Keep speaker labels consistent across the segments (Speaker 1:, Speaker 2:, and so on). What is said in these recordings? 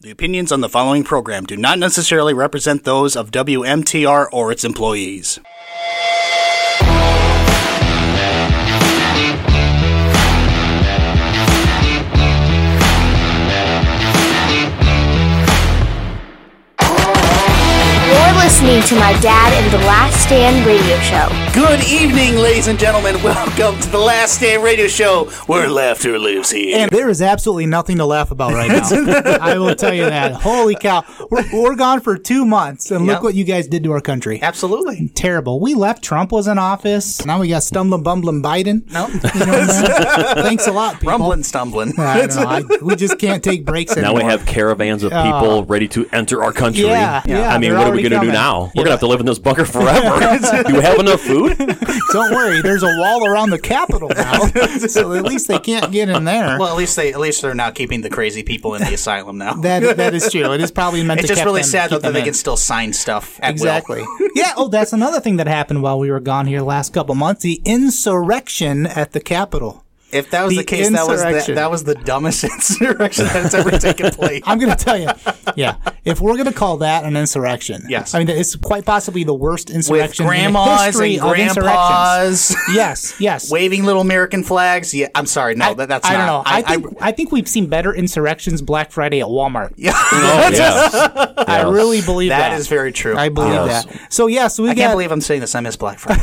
Speaker 1: The opinions on the following program do not necessarily represent those of WMTR or its employees.
Speaker 2: You're listening to my dad and the Last Stand radio show.
Speaker 1: Good evening, ladies and gentlemen. Welcome to the Last Stand Radio Show, where laughter lives here.
Speaker 3: And there is absolutely nothing to laugh about right now. I will tell you that. Holy cow. We're, we're gone for two months, and
Speaker 1: Yep.
Speaker 3: look what you guys did to our country.
Speaker 1: Absolutely.
Speaker 3: Terrible. We left. Trump was in office. Now we got stumbling, bumbling Biden.
Speaker 1: No.
Speaker 3: You know what I mean? Thanks a lot, people.
Speaker 1: Rumbling, stumbling.
Speaker 3: I know. I- we just can't take breaks
Speaker 4: Now
Speaker 3: anymore.
Speaker 4: we have caravans of people ready to enter our country.
Speaker 3: Yeah, yeah,
Speaker 4: I mean,
Speaker 3: they're
Speaker 4: what are we
Speaker 3: already
Speaker 4: going to do
Speaker 3: coming.
Speaker 4: now? We're going to have to live in this bunker forever. do we have enough food?
Speaker 3: Don't worry. There's a wall around the Capitol now, so at least they can't get in there.
Speaker 1: Well, at least they at least they're not keeping the crazy people in the asylum now.
Speaker 3: that that is true. It is probably meant
Speaker 1: it's
Speaker 3: to
Speaker 1: just
Speaker 3: kept
Speaker 1: really
Speaker 3: them-
Speaker 1: sad
Speaker 3: keep
Speaker 1: though that
Speaker 3: them
Speaker 1: they
Speaker 3: in.
Speaker 1: can still sign stuff at
Speaker 3: Exactly.
Speaker 1: will.
Speaker 3: yeah. Oh, that's another thing that happened while we were gone here the last couple months the insurrection at the Capitol.
Speaker 1: If that was the,
Speaker 3: The
Speaker 1: case, that was the,
Speaker 3: insurrection.
Speaker 1: that was the dumbest insurrection that's ever taken place.
Speaker 3: I'm going to tell you. Yeah. If we're going to call that an insurrection.
Speaker 1: Yes.
Speaker 3: I mean, it's quite possibly the worst
Speaker 1: With
Speaker 3: insurrection in the
Speaker 1: grandmas
Speaker 3: history
Speaker 1: and
Speaker 3: of insurrections.
Speaker 1: grandpas
Speaker 3: Yes. Yes.
Speaker 1: waving little American flags. Yeah, I'm sorry. No, that, that's
Speaker 3: I
Speaker 1: not.
Speaker 3: don't know. I, think I, think we've seen better insurrections Black Friday at Walmart. Yeah,
Speaker 4: Oh, yes.
Speaker 3: I
Speaker 4: Yes.
Speaker 3: really believe that.
Speaker 1: that is very true.
Speaker 3: I believe
Speaker 4: Yes.
Speaker 3: that. So yeah, so we
Speaker 1: I
Speaker 3: got
Speaker 1: can't believe I'm saying this. I miss Black Friday.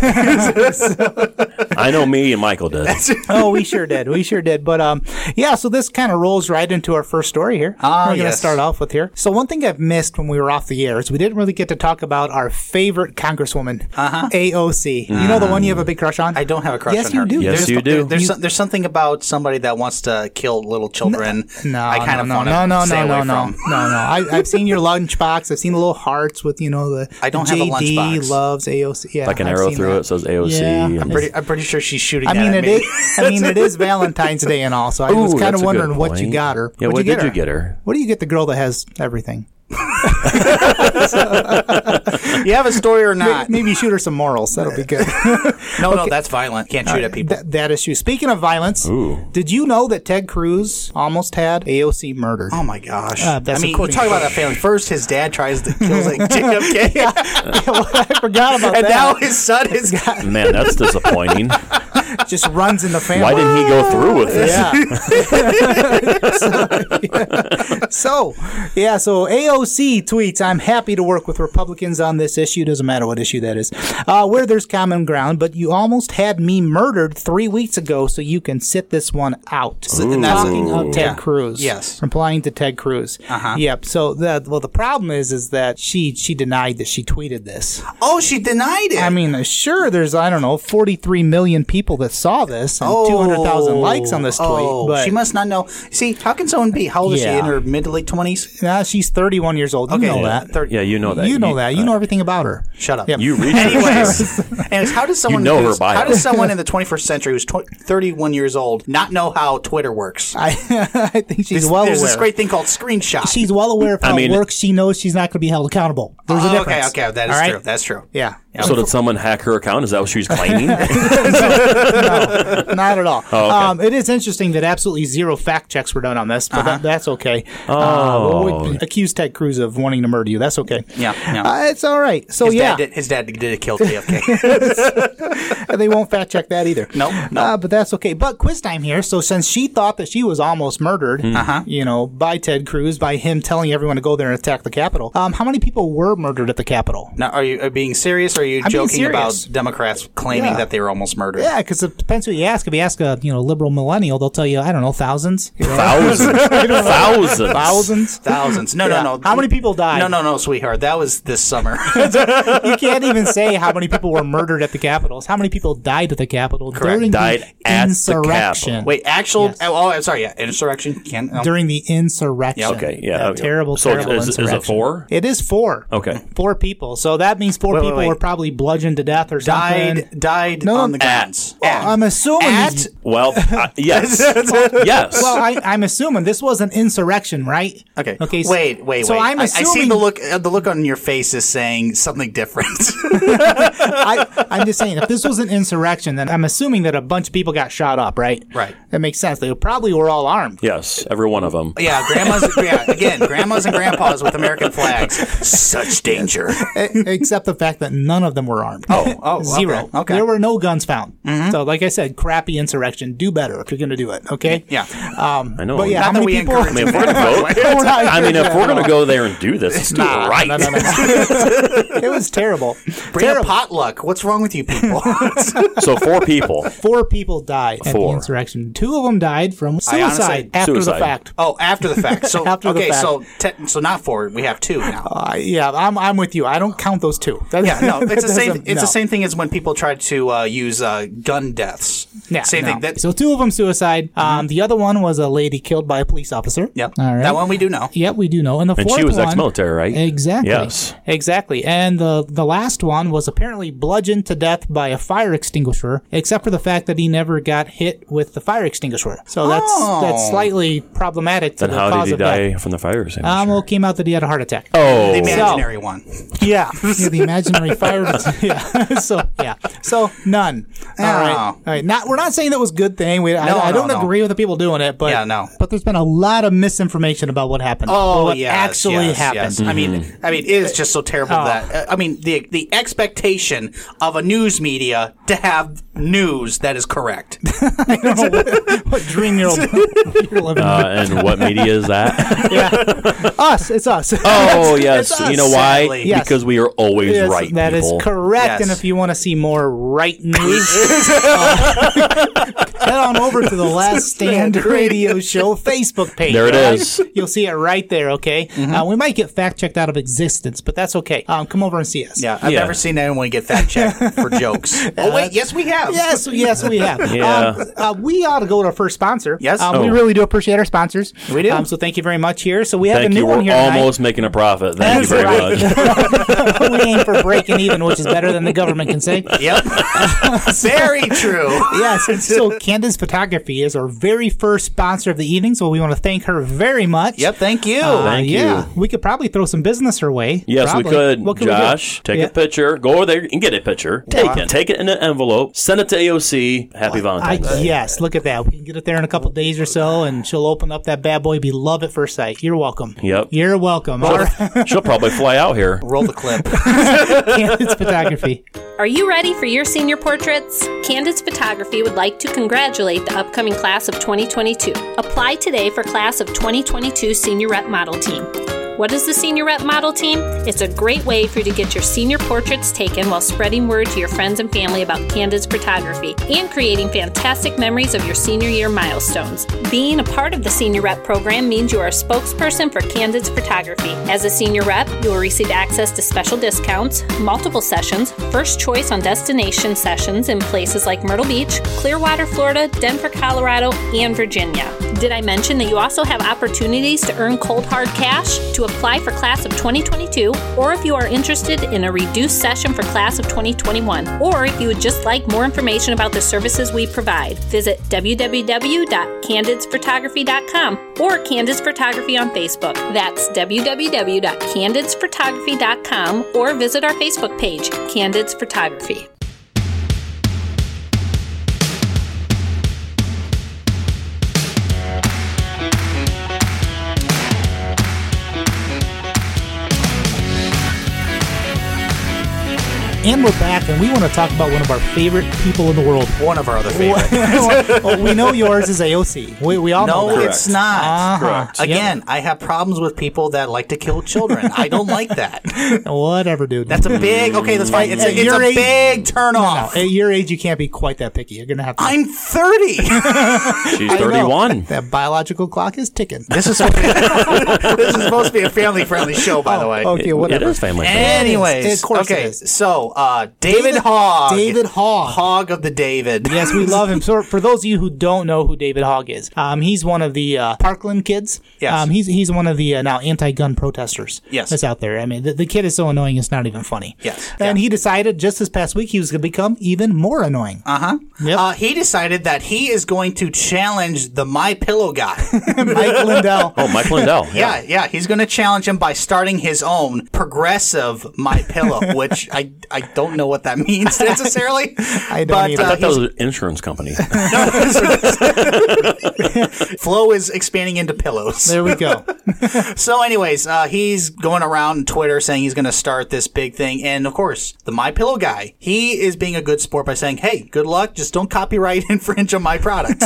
Speaker 4: I know me and Michael did.
Speaker 3: oh, we sure did. We sure did. But um, yeah. So this kind of rolls right into our first story here.
Speaker 1: Ah,
Speaker 3: we're gonna
Speaker 1: yes.
Speaker 3: start off with here. So one thing I've missed when we were off the air is we didn't really get to talk about our favorite Congresswoman, uh-huh. AOC. You know the one you have a big crush on.
Speaker 1: I don't have a crush
Speaker 3: Yes,
Speaker 1: on
Speaker 3: you
Speaker 1: her.
Speaker 3: do.
Speaker 4: Yes,
Speaker 1: there's,
Speaker 4: you do.
Speaker 1: There's, some- there's something about somebody that wants to kill little children.
Speaker 3: No,
Speaker 1: I kind of
Speaker 3: no,
Speaker 1: want
Speaker 3: no,
Speaker 1: to
Speaker 3: no,
Speaker 1: stay
Speaker 3: no, no,
Speaker 1: away
Speaker 3: no,
Speaker 1: from.
Speaker 3: no, no. I, I've seen your lunchbox. I've seen the little hearts with you know the.
Speaker 1: I don't
Speaker 3: the
Speaker 1: have a
Speaker 3: JD
Speaker 1: lunchbox.
Speaker 3: Loves AOC. Yeah,
Speaker 4: Like an
Speaker 3: I've
Speaker 4: arrow
Speaker 3: seen
Speaker 4: through
Speaker 3: that.
Speaker 4: it says AOC.
Speaker 3: Yeah.
Speaker 4: and-
Speaker 3: I'm
Speaker 1: Pretty, I'm pretty sure she's shooting.
Speaker 3: I
Speaker 1: that
Speaker 3: mean,
Speaker 1: at
Speaker 3: it
Speaker 1: me.
Speaker 3: is. I mean, it is Valentine's Day and all. So I was
Speaker 4: Ooh,
Speaker 3: kind
Speaker 4: that's a
Speaker 3: of
Speaker 4: good
Speaker 3: wondering what you
Speaker 4: point.
Speaker 3: got her.
Speaker 4: Yeah,
Speaker 3: What'd
Speaker 4: what
Speaker 3: you get
Speaker 4: did
Speaker 3: her?
Speaker 4: you get her?
Speaker 3: What do you get the girl that has everything?
Speaker 1: you have a story or not?
Speaker 3: Maybe shoot her some morals. That'll be good.
Speaker 1: No, no, that's violent. Can't shoot at people.
Speaker 3: Th- that issue. Speaking of violence, did you know that Ted Cruz almost had AOC murdered?
Speaker 1: Oh my gosh!
Speaker 3: Uh, that's
Speaker 1: I mean, we're
Speaker 3: according
Speaker 1: talking
Speaker 3: to-
Speaker 1: about that family. First, his dad tries to kill like JFK,
Speaker 3: Well, I forgot about
Speaker 1: and now
Speaker 3: that.
Speaker 1: his son is
Speaker 4: Man, that's disappointing.
Speaker 3: just runs in the family.
Speaker 4: Why didn't he go through with this?
Speaker 3: So, yeah, so AOC tweets, I'm happy to work with Republicans on this issue. Doesn't matter what issue that is. Uh, where there's common ground, but you almost had me murdered three weeks ago, so you can sit this one out.
Speaker 1: and that's-
Speaker 3: Talking of Ted
Speaker 1: Yeah.
Speaker 3: Cruz.
Speaker 1: Yes.
Speaker 3: Replying to Ted Cruz. Uh-huh. Yep. So, the, well, the problem is, is that she, she denied that she tweeted this.
Speaker 1: Oh, she denied it.
Speaker 3: I mean, uh, sure, there's, I don't know, 43 million people that saw this and 200,000 likes on this tweet.
Speaker 1: Oh,
Speaker 3: but
Speaker 1: she must not know. See, how can someone be? How old is she
Speaker 3: Yeah.
Speaker 1: in her mid to late twenties?
Speaker 3: Nah, she's 31 years old. You know that.
Speaker 4: Yeah, you know that. Uh,
Speaker 3: You know that. You know everything about her.
Speaker 1: Shut up.
Speaker 3: Yep.
Speaker 4: You reach
Speaker 1: Anyways, anyways, how does someone
Speaker 4: know her
Speaker 1: who's-
Speaker 4: bio.
Speaker 1: How does someone in the 21st century who's tw- 31 years old not know how Twitter works?
Speaker 3: I, I think she's
Speaker 1: There's,
Speaker 3: well
Speaker 1: there's
Speaker 3: aware.
Speaker 1: this great thing called screenshot.
Speaker 3: she's well aware of how
Speaker 4: mean-
Speaker 3: it works. She knows she's not going to be held accountable. There's
Speaker 1: oh,
Speaker 3: a
Speaker 1: okay,
Speaker 3: difference.
Speaker 1: okay, that is
Speaker 3: All right?
Speaker 1: true. That's true.
Speaker 3: Yeah.
Speaker 4: So did someone hack her account? Is that what she's claiming?
Speaker 3: Not at all.
Speaker 1: Oh,
Speaker 4: okay.
Speaker 3: um, it is interesting that absolutely zero fact checks were done on this, but
Speaker 1: Uh-huh.
Speaker 3: that, that's okay. Oh. Uh, we- we accused Ted Cruz of wanting to murder you. That's okay.
Speaker 1: Yeah, yeah.
Speaker 3: Uh, it's all right. So,
Speaker 1: His
Speaker 3: yeah,
Speaker 1: dad did. His dad did kill JFK.
Speaker 3: they won't fact check that either.
Speaker 1: Nope, nope.
Speaker 3: Uh, but that's okay. But quiz time here. So since she thought that she was almost murdered, you know, by Ted Cruz, by him telling everyone to go there and attack the Capitol, um, how many people were murdered at the Capitol?
Speaker 1: now, are you are you being serious? Or are you
Speaker 3: being
Speaker 1: joking about
Speaker 3: serious.
Speaker 1: Democrats claiming
Speaker 3: Yeah.
Speaker 1: that they were almost murdered?
Speaker 3: Yeah, because it depends who you ask. If you ask a you know liberal millennial, they'll tell you I don't know thousands, You know,
Speaker 4: Thousands. Thousands.
Speaker 3: thousands.
Speaker 1: Thousands. No,
Speaker 3: Yeah.
Speaker 1: no, no.
Speaker 3: How many people died?
Speaker 1: No, no, no, sweetheart. That was this summer.
Speaker 3: You can't even say how many people were murdered at the Capitol. It's how many people died at the Capitol during
Speaker 4: Died
Speaker 3: the
Speaker 4: at the
Speaker 3: insurrection.
Speaker 4: Capitol.
Speaker 1: Wait, actual?
Speaker 3: Yes.
Speaker 1: Oh, I'm sorry. Yeah, insurrection. oh, Can't. no.
Speaker 3: during the insurrection.
Speaker 1: Yeah,
Speaker 4: okay, yeah,
Speaker 3: That
Speaker 4: okay.
Speaker 3: terrible,
Speaker 4: So
Speaker 3: terrible
Speaker 4: is- is it
Speaker 3: insurrection.
Speaker 4: four?
Speaker 3: It is four.
Speaker 4: Okay.
Speaker 3: Four people. So that means four
Speaker 1: Wait, wait,
Speaker 3: people
Speaker 1: wait.
Speaker 3: were probably bludgeoned to death or something.
Speaker 1: died died
Speaker 3: No,
Speaker 1: on the
Speaker 4: at-
Speaker 1: grounds.
Speaker 3: Well,
Speaker 1: at?
Speaker 3: I'm assuming
Speaker 1: At?
Speaker 3: he's-
Speaker 4: Well, uh, yes, yes.
Speaker 3: Well, I, I'm assuming this was an insurrection, right?
Speaker 1: Okay.
Speaker 3: Okay. so-
Speaker 1: Wait, wait,
Speaker 3: so
Speaker 1: wait.
Speaker 3: I'm
Speaker 1: I-
Speaker 3: assuming.
Speaker 1: I, see the look. Uh, the look on your face is saying something different.
Speaker 3: I, I'm just saying, if this was an insurrection, then I'm assuming that a bunch of people got shot up, right?
Speaker 1: Right.
Speaker 3: That makes sense. They probably were all armed.
Speaker 4: yes, every one of them.
Speaker 1: yeah, grandmas. Yeah, again, grandmas and grandpas with American flags. Such danger.
Speaker 3: E- Except the fact that none of them were armed.
Speaker 1: Oh, oh,
Speaker 3: Zero.
Speaker 1: okay, Mm-hmm. okay.
Speaker 3: There were no guns found. So, like I said, crappy insurrection. Do better if you're going to do it. Okay.
Speaker 1: Yeah.
Speaker 3: Um,
Speaker 4: I know.
Speaker 3: But yeah,
Speaker 4: Not
Speaker 3: how
Speaker 1: that
Speaker 3: many
Speaker 1: we
Speaker 3: people?
Speaker 1: encourage
Speaker 4: I mean, if we're gonna go,
Speaker 3: We're not-
Speaker 4: I mean, if we're gonna go there and do this, let's do it right.
Speaker 3: No, no, no. it was terrible.
Speaker 1: Bring a
Speaker 3: terrible.
Speaker 1: potluck. What's wrong with you people?
Speaker 4: So four people.
Speaker 3: Four people died at the
Speaker 4: Four.
Speaker 3: insurrection. Two of them died from
Speaker 1: I
Speaker 3: suicide
Speaker 1: honestly-
Speaker 3: after the
Speaker 4: Suicide.
Speaker 3: fact.
Speaker 1: oh, after the fact. So
Speaker 3: After the
Speaker 1: okay,
Speaker 3: fact.
Speaker 1: so te- so not four. We have two now.
Speaker 3: Uh, yeah, I'm, I'm with you. I don't count those two. That-
Speaker 1: Yeah, no,
Speaker 3: that
Speaker 1: it's the same.
Speaker 3: doesn't-
Speaker 1: It's the
Speaker 3: no.
Speaker 1: same thing as when people try to uh, use uh, gun deaths.
Speaker 3: Yeah,
Speaker 1: same
Speaker 3: no.
Speaker 1: thing. That,
Speaker 3: so two of them suicide. Um, the other one was a lady killed by a police officer.
Speaker 1: yep,
Speaker 3: All right.
Speaker 1: that one we do know.
Speaker 3: Yep, we do know. And the
Speaker 4: And
Speaker 3: fourth
Speaker 4: she was
Speaker 3: one-
Speaker 4: ex-military, right?
Speaker 3: Exactly.
Speaker 4: Yes.
Speaker 3: Exactly. And the the last one was apparently bludgeoned to death by a fire extinguisher, except for the fact that he never got hit with the fire extinguisher. So that's
Speaker 1: Oh.
Speaker 3: that's slightly problematic to
Speaker 4: Then
Speaker 3: the
Speaker 4: how
Speaker 3: cause
Speaker 4: did he
Speaker 3: of
Speaker 4: die
Speaker 3: death.
Speaker 4: from the fire extinguisher?
Speaker 3: Um, well, it came out that he had a heart attack.
Speaker 1: The
Speaker 4: oh,
Speaker 1: imaginary one.
Speaker 3: Yeah, yeah the imaginary fire. yeah, so yeah, so none. All right, all right. Not we're not saying that was a good thing. We, I,
Speaker 1: Ah. No,
Speaker 3: I
Speaker 1: no,
Speaker 3: don't
Speaker 1: no.
Speaker 3: agree with the people doing it, but
Speaker 1: Yeah, no.
Speaker 3: But there's been a lot of misinformation about what happened.
Speaker 1: Oh,
Speaker 3: what
Speaker 1: yes,
Speaker 3: actually Mm-hmm. Oh.
Speaker 1: yes,
Speaker 3: happened.
Speaker 1: yes. I mean, I mean, it is just so terrible that uh, I mean the the expectation of a news media to have news that is correct.
Speaker 3: I don't know what, what dream you're, you're living.
Speaker 4: uh, and what media is that?
Speaker 3: us, it's us.
Speaker 4: Oh yes,
Speaker 1: us,
Speaker 4: you know why?
Speaker 1: sadly. Yes.
Speaker 4: Because we are always
Speaker 3: Yes,
Speaker 4: right.
Speaker 3: that is
Speaker 4: people.
Speaker 3: correct. And
Speaker 1: Yes.
Speaker 3: if you want to see more right news, uh, head on over to the Last Stand Radio Show Facebook page.
Speaker 4: There it
Speaker 3: all right?
Speaker 4: is.
Speaker 3: You'll see it right there. Okay, uh, we might get fact checked out of existence, but that's okay. Um, come over and see us.
Speaker 1: Yeah, I've
Speaker 4: Yeah.
Speaker 1: never seen anyone get fact checked for jokes. oh wait, yes we have.
Speaker 3: Yes, yes, we have.
Speaker 4: Yeah.
Speaker 3: Um, uh, we ought to go to our first sponsor.
Speaker 1: Yes.
Speaker 3: um, we
Speaker 4: Oh.
Speaker 3: really do appreciate our sponsors.
Speaker 1: We do.
Speaker 3: Um, so thank you very much here. So we have
Speaker 4: Thank
Speaker 3: a new
Speaker 4: you.
Speaker 3: one
Speaker 4: We're
Speaker 3: here. tonight.
Speaker 4: almost making a profit. Thank you
Speaker 3: That's
Speaker 4: very much.
Speaker 3: we aim for breaking even, which is better than the government can say.
Speaker 1: Yep. Very true.
Speaker 3: Yes. So Candace Photography is our very first sponsor of the evening, so we want to thank her very much.
Speaker 1: Yep. Thank you.
Speaker 3: Uh,
Speaker 4: Thank
Speaker 3: yeah, we could probably throw some business her way.
Speaker 4: Yes,
Speaker 3: Probably.
Speaker 4: we could.
Speaker 3: What could we do?
Speaker 4: Josh, take
Speaker 3: Yeah.
Speaker 4: a picture. Go over there and get a picture. Take it. Take it in an envelope. Send it to AOC. Happy
Speaker 3: I,
Speaker 4: Valentine's Day.
Speaker 3: yes, look at that. We can get it there in a couple days or so, and she'll open up that bad boy. Be love at first sight. You're welcome.
Speaker 4: Yep.
Speaker 3: You're welcome. All right.
Speaker 4: She'll probably fly out here.
Speaker 1: Roll the clip.
Speaker 3: Candace Photography.
Speaker 5: Are you ready for your senior portraits? Candids Photography would like to congratulate the upcoming class of 2022. Apply today for class of 2022 Senior Rep Model Team. What is the Senior Rep Model Team? It's a great way for you to get your senior portraits taken while spreading word to your friends and family about Candids Photography and creating fantastic memories of your senior year milestones. Being a part of the Senior Rep program means you are a spokesperson for Candids Photography. As a senior rep, you will receive access to special discounts, multiple sessions, first choice on destination sessions in places like Myrtle Beach, Clearwater, Florida, Denver, Colorado, and Virginia. Did I mention that you also have opportunities to earn cold hard cash to apply for class of 2022, or if you are interested in a reduced session for class of 2021, or if you would just like more information about the services we provide, visit www.candidsphotography.com or Candids Photography on Facebook. That's www.candidsphotography.com or visit our Facebook page, Candids Photography.
Speaker 3: And we're back, and we want to talk about one of our favorite people in the world.
Speaker 1: One of our other favorites.
Speaker 3: Well, Oh, we know yours is AOC. We, we all know
Speaker 1: No,
Speaker 3: that.
Speaker 1: it's not. Uh-huh.
Speaker 4: Correct.
Speaker 1: Again, I have problems with people that like to kill children. I don't like that.
Speaker 3: Whatever, dude.
Speaker 1: That's a big. Okay, that's fine. It's a,
Speaker 3: At
Speaker 1: it's a
Speaker 3: your age-
Speaker 1: big
Speaker 3: No,
Speaker 1: turnoff.
Speaker 3: at your age, you can't be quite that picky. You're gonna have to.
Speaker 1: I'm 30.
Speaker 4: She's
Speaker 3: I know.
Speaker 4: 31.
Speaker 3: That biological clock is ticking.
Speaker 1: this is this is supposed to be a family friendly show, by the way.
Speaker 3: Oh, Okay, whatever.
Speaker 4: It is family.
Speaker 1: Anyways,
Speaker 3: It is. Of course it
Speaker 1: okay.
Speaker 3: is.
Speaker 1: So uh, David, Hogg.
Speaker 3: David Hogg.
Speaker 1: Hogg of the David.
Speaker 3: Yes, we love him. So, for those of you who don't know who David Hogg is, um, he's one of the uh, Parkland kids.
Speaker 1: Yes.
Speaker 3: Um, he's he's one of the uh, now anti-gun protesters.
Speaker 1: Yes.
Speaker 3: That's out there. I mean, the, the kid is so annoying; it's not even funny.
Speaker 1: Yes.
Speaker 3: And
Speaker 1: Yeah.
Speaker 3: he decided just this past week he was going to become even more annoying. Uh huh. Yep.
Speaker 1: Uh, he decided that he is going to challenge the My Pillow guy.
Speaker 3: Mike Lindell.
Speaker 4: Oh, Mike Lindell.
Speaker 1: yeah, yeah, he's going to challenge him by starting his own progressive My Pillow, which I I don't know what that means necessarily.
Speaker 3: I don't
Speaker 1: but,
Speaker 3: either.
Speaker 4: I
Speaker 1: Uh,
Speaker 4: thought that
Speaker 1: he's- Um,
Speaker 4: was an insurance company.
Speaker 1: Flo is expanding into pillows.
Speaker 3: There we go.
Speaker 1: So, anyways, uh, he's going around Twitter saying he's going to start this big thing, and of course, the My Pillow guy, he is being a good sport by saying, "Hey, good luck. Just don't copyright infringe on my product,"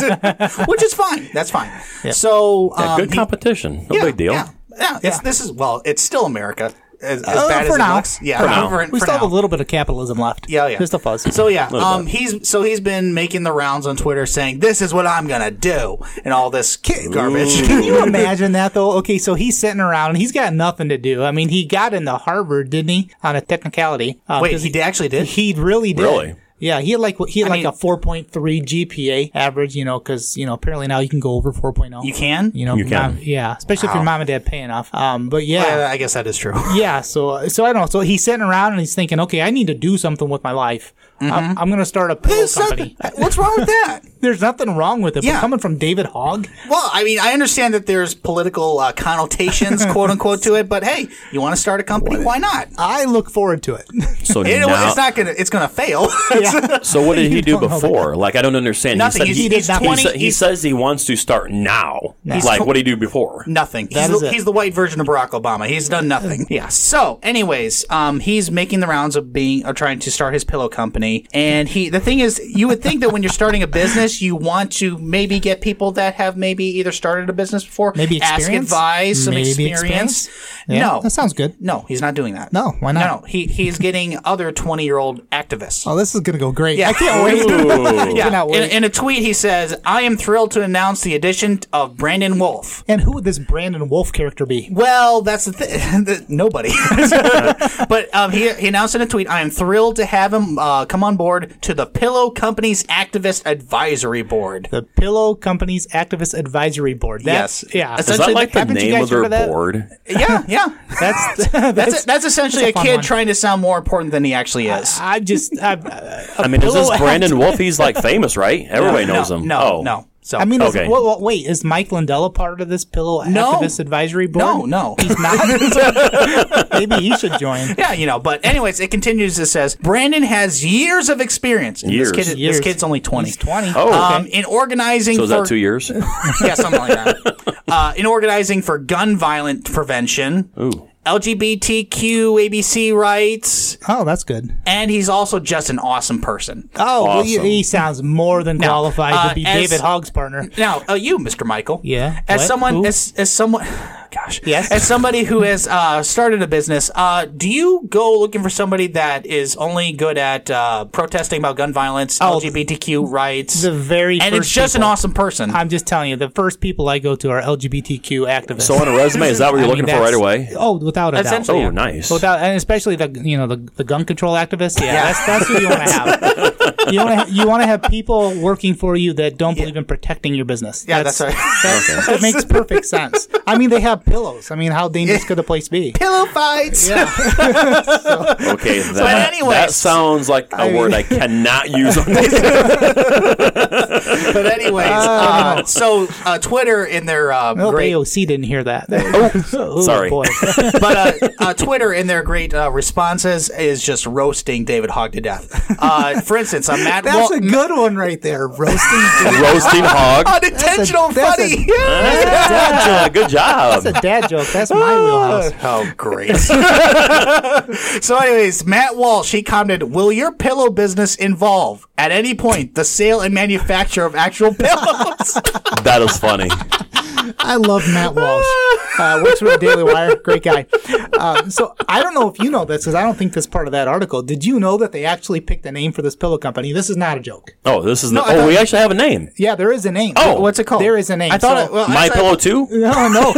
Speaker 1: which is fine. That's fine. So, um,
Speaker 4: Yeah, good
Speaker 1: he-
Speaker 4: competition. No
Speaker 1: yeah,
Speaker 4: big deal.
Speaker 1: Yeah, yeah, it's,
Speaker 3: Yeah.
Speaker 1: this is well, it's still America. As, as
Speaker 3: Uh,
Speaker 1: bad
Speaker 3: for
Speaker 1: as
Speaker 3: now.
Speaker 1: it looks. yeah,
Speaker 3: For
Speaker 4: now.
Speaker 3: we
Speaker 1: for
Speaker 3: still have
Speaker 1: now.
Speaker 3: a little bit of capitalism left.
Speaker 1: Yeah, yeah.
Speaker 3: Just a fuzz.
Speaker 1: So yeah, um, he's so he's been making the rounds on Twitter saying this is what I'm gonna do and all this garbage.
Speaker 3: Can you imagine that though? Okay, so he's sitting around and he's got nothing to do. I mean, he got into Harvard, didn't he? On a technicality. Uh,
Speaker 1: Wait,
Speaker 3: 'cause
Speaker 1: he actually did?
Speaker 3: He really did.
Speaker 4: Really?
Speaker 3: Yeah, he had like he
Speaker 1: I
Speaker 3: had like
Speaker 1: mean-
Speaker 3: a 4.3 GPA average, you know, because you know apparently now you can go over 4.0.
Speaker 1: You can?
Speaker 3: you know,
Speaker 4: You can.
Speaker 3: mom- yeah, especially if your mom and dad pay enough. Um, but yeah,
Speaker 1: Yeah, I guess that is true.
Speaker 3: yeah, so so I don't know. So he's sitting around and he's thinking, okay, I need to do something with my life. I'm, I'm gonna start a pillow
Speaker 1: Mm-hmm. There's
Speaker 3: company.
Speaker 1: something- Uh, What's wrong with that?
Speaker 3: There's nothing wrong with it. But
Speaker 1: Yeah.
Speaker 3: coming from David Hogg,
Speaker 1: Well, I mean, I understand that there's political uh, connotations, quote unquote, to it, but hey, you want to start a company? Why not?
Speaker 3: I look forward to it.
Speaker 4: So
Speaker 1: It,
Speaker 4: now,
Speaker 1: it's not gonna. It's gonna fail.
Speaker 4: so what did he
Speaker 3: You
Speaker 4: do
Speaker 3: don't know that.
Speaker 4: before? Like I don't understand.
Speaker 1: Nothing.
Speaker 4: He,
Speaker 1: He's-
Speaker 4: said
Speaker 1: he's
Speaker 4: he, he
Speaker 1: 20
Speaker 4: sa- he
Speaker 1: he's-
Speaker 4: says he wants to start now. Like what did he do before?
Speaker 1: Nothing.
Speaker 3: That
Speaker 1: he's,
Speaker 3: is
Speaker 1: the,
Speaker 3: it.
Speaker 1: he's the white version of Barack Obama. He's done nothing. Yeah. So, anyways, um, he's making the rounds of being of trying to start his pillow company, and he the thing is, you would think that when you're starting a business, you want to maybe get people that have maybe either started a business before,
Speaker 3: Maybe
Speaker 1: ask
Speaker 3: experience?
Speaker 1: advice, some
Speaker 3: Maybe
Speaker 1: experience.
Speaker 3: experience? Yeah,
Speaker 1: no,
Speaker 3: that sounds good.
Speaker 1: No, he's not doing that.
Speaker 3: No, why not?
Speaker 1: No, no. he he's getting other twenty year old activists.
Speaker 3: Oh, this is gonna go great.
Speaker 1: Yeah.
Speaker 3: I can't wait. I
Speaker 1: Yeah,
Speaker 3: cannot wait.
Speaker 1: in, in a tweet he says, "I am thrilled to announce the addition of Brandon Wolf."
Speaker 3: and who would this Brandon Wolf character be?
Speaker 1: Well, that's the thing. Nobody. but um, he, he announced in a tweet, I am thrilled to have him uh, come on board to the Pillow Company's Activist Advisory Board.
Speaker 3: The Pillow Company's Activist Advisory Board. That's,
Speaker 1: Yes.
Speaker 3: Yeah.
Speaker 1: Is
Speaker 4: Is that
Speaker 1: Essentially,
Speaker 4: like the
Speaker 3: haven't you
Speaker 4: name
Speaker 3: guys
Speaker 4: of their
Speaker 3: heard of that?
Speaker 4: board?
Speaker 1: Yeah, yeah.
Speaker 3: That's
Speaker 1: That's,
Speaker 3: that's.
Speaker 1: that's essentially
Speaker 3: that's a
Speaker 1: a,
Speaker 3: fun
Speaker 1: kid
Speaker 3: one.
Speaker 1: trying to sound more important than he actually is.
Speaker 3: I just. I,
Speaker 4: I mean, is this
Speaker 3: Pillow
Speaker 4: Brandon Wolf? He's like famous, right? Everybody
Speaker 1: no,
Speaker 4: knows him.
Speaker 1: No,
Speaker 4: oh.
Speaker 1: no. So
Speaker 3: I mean, is-
Speaker 4: Okay.
Speaker 3: what- what- wait, is Mike Lindell a part of this Pillow
Speaker 1: No.
Speaker 3: Activist Advisory Board?
Speaker 1: No, no.
Speaker 3: He's not. Maybe he should join.
Speaker 1: Yeah, you know, but anyways, it continues. It says Brandon has years of experience. And
Speaker 4: Years.
Speaker 1: This, kid,
Speaker 3: Years.
Speaker 1: this kid's only twenty.
Speaker 3: He's 20.
Speaker 4: Oh.
Speaker 1: Um, in organizing
Speaker 4: So is
Speaker 1: for
Speaker 4: that two years?
Speaker 1: yeah, something like that. Uh, in organizing for gun violence prevention, LGBTQ ABC rights,
Speaker 3: Oh, that's good.
Speaker 1: and he's also just an awesome person.
Speaker 3: Oh, well, he,
Speaker 4: Awesome.
Speaker 3: he sounds more than
Speaker 1: Now,
Speaker 3: qualified
Speaker 1: uh,
Speaker 3: to be
Speaker 1: as-
Speaker 3: David Hogg's partner.
Speaker 1: Now, uh, you, Mr. Michael,
Speaker 3: Yeah,
Speaker 1: as
Speaker 3: what?
Speaker 1: someone,
Speaker 3: Who?
Speaker 1: as, as someone, gosh,
Speaker 3: Yes?
Speaker 1: as somebody who has uh, started a business, uh, do you go looking for somebody that is only good at uh, protesting about gun violence,
Speaker 3: Oh,
Speaker 1: LGBTQ rights,
Speaker 3: the very
Speaker 1: and it's
Speaker 3: first
Speaker 1: just an
Speaker 3: people.
Speaker 1: awesome person?
Speaker 3: I'm just telling you, the first people I go to are LGBTQ activists.
Speaker 4: so on a resume, is that what
Speaker 3: I
Speaker 4: you're
Speaker 3: mean,
Speaker 4: looking for right
Speaker 3: that's-
Speaker 4: away?
Speaker 3: Oh, without a doubt.
Speaker 1: Essentially,
Speaker 4: Oh,
Speaker 1: yeah.
Speaker 4: nice.
Speaker 3: Without, and especially the you know the, the gun control activists. Yeah, that's that's who you want to have. you want to you want to have people working for you that don't believe in protecting your business.
Speaker 1: yeah, that's, right.
Speaker 3: that, that makes perfect sense. I mean, they have pillows. I mean, how dangerous could the place be?
Speaker 1: Pillow fights.
Speaker 4: Okay, that,
Speaker 1: anyways-
Speaker 4: that sounds like a word I cannot use on this.
Speaker 1: But anyways,
Speaker 3: Ah.
Speaker 1: uh, so uh, Twitter in their uh,
Speaker 3: I hope
Speaker 1: great,
Speaker 3: AOC didn't hear that. Oh,
Speaker 4: sorry.
Speaker 3: boy.
Speaker 1: but uh, uh, Twitter in their great uh, responses is just roasting David Hogg to death. Uh, for instance, uh, Matt
Speaker 3: That's
Speaker 1: Wal-
Speaker 3: a good one right there. Roasting.
Speaker 4: Roasting hog.
Speaker 1: unintentional
Speaker 3: that's a-
Speaker 1: funny.
Speaker 4: Gotcha, Good job.
Speaker 3: That's a dad joke. That's my wheelhouse.
Speaker 1: Oh, great. so, anyways, Matt Walsh, he commented, Will your pillow business involve, at any point, the sale and manufacture of actual pillows?
Speaker 4: That is funny.
Speaker 3: I love Matt Walsh. Uh, works with the Daily Wire. Great guy. Um, so I don't know if you know this because I don't think this part of that article. Did you know that they actually picked a name for this pillow company? This is not a joke.
Speaker 4: Oh, this is.
Speaker 1: I
Speaker 4: the, oh,
Speaker 1: thought-
Speaker 4: we actually have a name.
Speaker 3: Yeah, there is a name.
Speaker 4: Oh. What's it
Speaker 1: called?
Speaker 3: There is a name.
Speaker 1: I thought it-
Speaker 3: So-
Speaker 1: well,
Speaker 4: My
Speaker 1: actually-
Speaker 4: pillow too.
Speaker 3: no, no,
Speaker 1: no,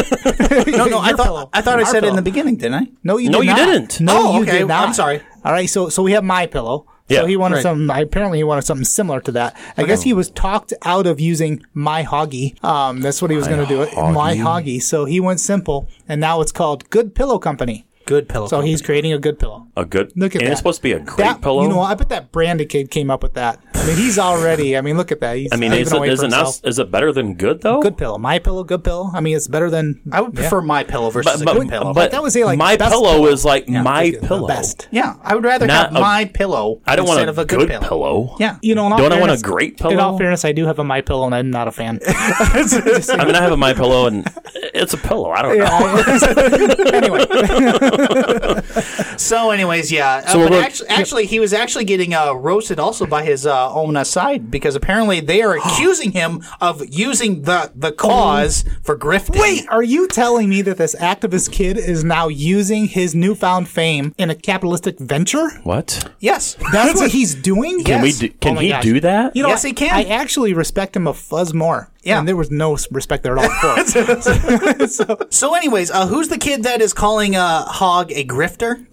Speaker 1: no, I
Speaker 3: Your
Speaker 1: thought,
Speaker 3: pillow.
Speaker 1: I, thought I
Speaker 3: Our
Speaker 1: said it in
Speaker 3: pillow.
Speaker 1: the beginning, didn't I?
Speaker 3: No, you
Speaker 4: No,
Speaker 3: did
Speaker 4: you
Speaker 3: not.
Speaker 4: didn't.
Speaker 3: No,
Speaker 1: Oh,
Speaker 3: you
Speaker 1: okay.
Speaker 3: did not.
Speaker 1: I'm sorry.
Speaker 3: All right, so so we have my pillow.
Speaker 4: Yeah,
Speaker 3: so he wanted
Speaker 6: right.
Speaker 3: something. Apparently, he wanted something similar to that. I guess he was talked out of using my hoggy. Um, that's what he was going to do. It my hoggy. So he went simple, and now it's called Good Pillow Company.
Speaker 1: Good pillow.
Speaker 3: So he's creating a good pillow.
Speaker 4: A Oh, good.
Speaker 3: Look at
Speaker 4: and
Speaker 3: that.
Speaker 4: it's supposed to be a great
Speaker 3: That-
Speaker 4: pillow.
Speaker 3: You know, what? I bet that branded kid came up with that. I mean, he's already. I mean, look at that. He's
Speaker 4: I mean, is it,
Speaker 3: away
Speaker 4: is,
Speaker 3: for
Speaker 4: it not,
Speaker 3: himself.
Speaker 4: is it better than good though?
Speaker 3: Good pillow, my pillow, good pillow. I mean, it's better than
Speaker 1: I would prefer my pillow versus a good pillow.
Speaker 3: that was a, like,
Speaker 4: my
Speaker 3: best
Speaker 4: pillow,
Speaker 3: pillow.
Speaker 4: is like my
Speaker 3: It's the
Speaker 4: pillow.
Speaker 3: Best.
Speaker 1: yeah, I would rather
Speaker 4: Not
Speaker 1: have
Speaker 4: a-
Speaker 1: my pillow
Speaker 4: I don't want
Speaker 1: instead
Speaker 4: a,
Speaker 1: of a
Speaker 4: good, pillow.
Speaker 3: Yeah, you know. in all
Speaker 4: Don't I want a
Speaker 3: fairness-
Speaker 4: great
Speaker 3: In all
Speaker 4: pillow?
Speaker 3: fairness, I do have a my pillow, and I'm not a fan.
Speaker 4: I mean, I have a my pillow and it's a pillow. I don't know.
Speaker 3: anyway,
Speaker 1: So, anyways, yeah. Uh,
Speaker 4: we're
Speaker 1: but
Speaker 4: going-
Speaker 1: actually, actually, he was actually getting uh, roasted also by his uh, own uh, side because apparently they are accusing him of using the the cause for grifting.
Speaker 3: wait, are you telling me that this activist kid is now using his newfound fame in a capitalistic venture?
Speaker 4: What?
Speaker 1: yes,
Speaker 3: That's what he's doing.
Speaker 4: Can we?
Speaker 1: Yes.
Speaker 4: Do, can
Speaker 3: Oh my
Speaker 4: he
Speaker 3: gosh.
Speaker 4: do that?
Speaker 3: You know,
Speaker 1: Yes,
Speaker 3: I-
Speaker 1: he can.
Speaker 3: I actually respect him a fuzz more.
Speaker 1: Yeah.
Speaker 3: and there was no s- respect there at all. For it.
Speaker 1: So, anyways, uh, who's the kid that is calling uh, Hog a grifter?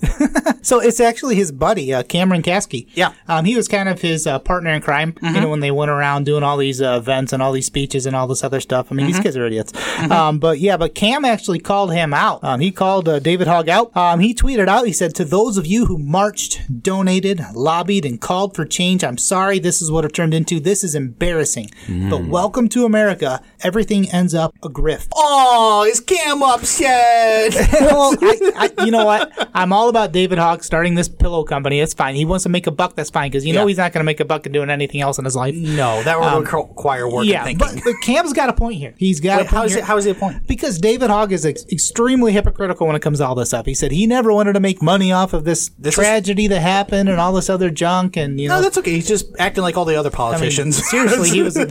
Speaker 3: so it's actually his buddy uh, Cameron Kasky.
Speaker 1: Yeah.
Speaker 3: um, he was kind of his uh, partner in crime. You know, when they went around doing all these uh, events and all these speeches and all this other stuff. I mean, these kids are idiots. Um, but yeah, but Cam actually called him out. Um, he called uh, David Hogg out. Um, he tweeted out. He said, "To those of you who marched, donated, lobbied, and called for change, I'm sorry. This is what it turned into. This is embarrassing. But welcome to America. Everything ends up a grift."
Speaker 1: Oh, is Cam upset?
Speaker 3: well, I, I, you know what? I'm all about David Hawk starting this pillow company. It's fine. He wants to make a buck. That's fine because you know
Speaker 1: Yeah.
Speaker 3: he's not going to make a buck at doing anything else in his life.
Speaker 1: no, that would require work.
Speaker 3: Yeah,
Speaker 1: and
Speaker 3: but,
Speaker 1: thinking.
Speaker 3: but Cam's got a point here. He's got
Speaker 1: Wait,
Speaker 3: a point
Speaker 1: how is
Speaker 3: here.
Speaker 1: it? How is it a point?
Speaker 3: because David Hogg is ex- extremely hypocritical when it comes to all this stuff. He said he never wanted to make money off of this,
Speaker 1: is-
Speaker 3: tragedy that happened and all this other junk and you know
Speaker 1: No, that's okay. He's just acting like all the other
Speaker 3: I mean,
Speaker 1: politicians
Speaker 3: seriously, he was yeah.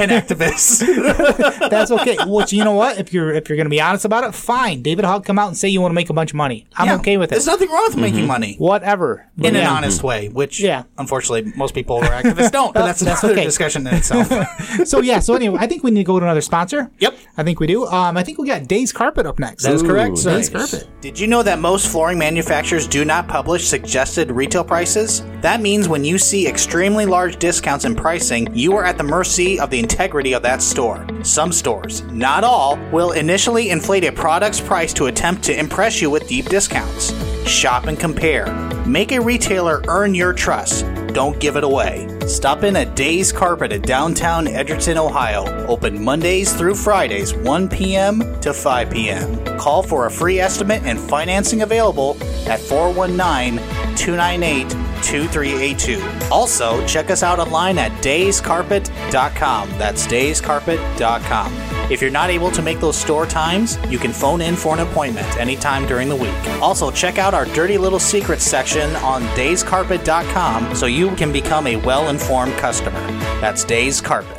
Speaker 1: and activists.
Speaker 3: That's okay. Well, you know what? If you're if you're going to be honest about it, fine. David Hogg come out and say you want to make a bunch of money. I'm
Speaker 1: Yeah.
Speaker 3: okay with it.
Speaker 1: There's nothing wrong with making money.
Speaker 3: Whatever.
Speaker 1: in an
Speaker 3: Yeah.
Speaker 1: honest way, which
Speaker 3: Yeah.
Speaker 1: unfortunately most people who are activists don't. But that's
Speaker 3: That's
Speaker 1: another
Speaker 3: okay.
Speaker 1: discussion in itself.
Speaker 3: so yeah, so anyway, I think we need to go to another sponsor.
Speaker 1: Yep.
Speaker 3: I think we do. Um, I think we got Days Carpet up next.
Speaker 1: That is correct. sir.
Speaker 4: nice. That's
Speaker 1: Did you know that most flooring manufacturers do not publish suggested retail prices? That means when you see extremely large discounts in pricing, you are at the mercy of the integrity of that store. Some stores, not all, will initially inflate a product's price to attempt to impress you with deep discounts. Shop and compare. Make a retailer earn your trust. Don't give it away. Stop in at Days Carpet at downtown Edgerton, Ohio. Open Mondays through Fridays, 1 p.m. to 5 p.m. Call for a free estimate and financing available at 419 298 2382. Also, check us out online at dayscarpet.com. That's dayscarpet.com. If you're not able to make those store times, you can phone in for an appointment anytime during the week. Also, check out our Dirty Little Secrets section on dayscarpet.com so you can become a well informed customer. That's Days Carpet.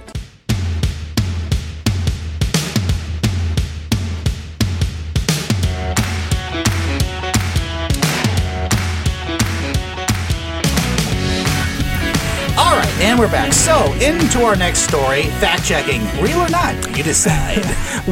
Speaker 1: All right, and we're back. So, into our next story fact checking. Real or not, you decide.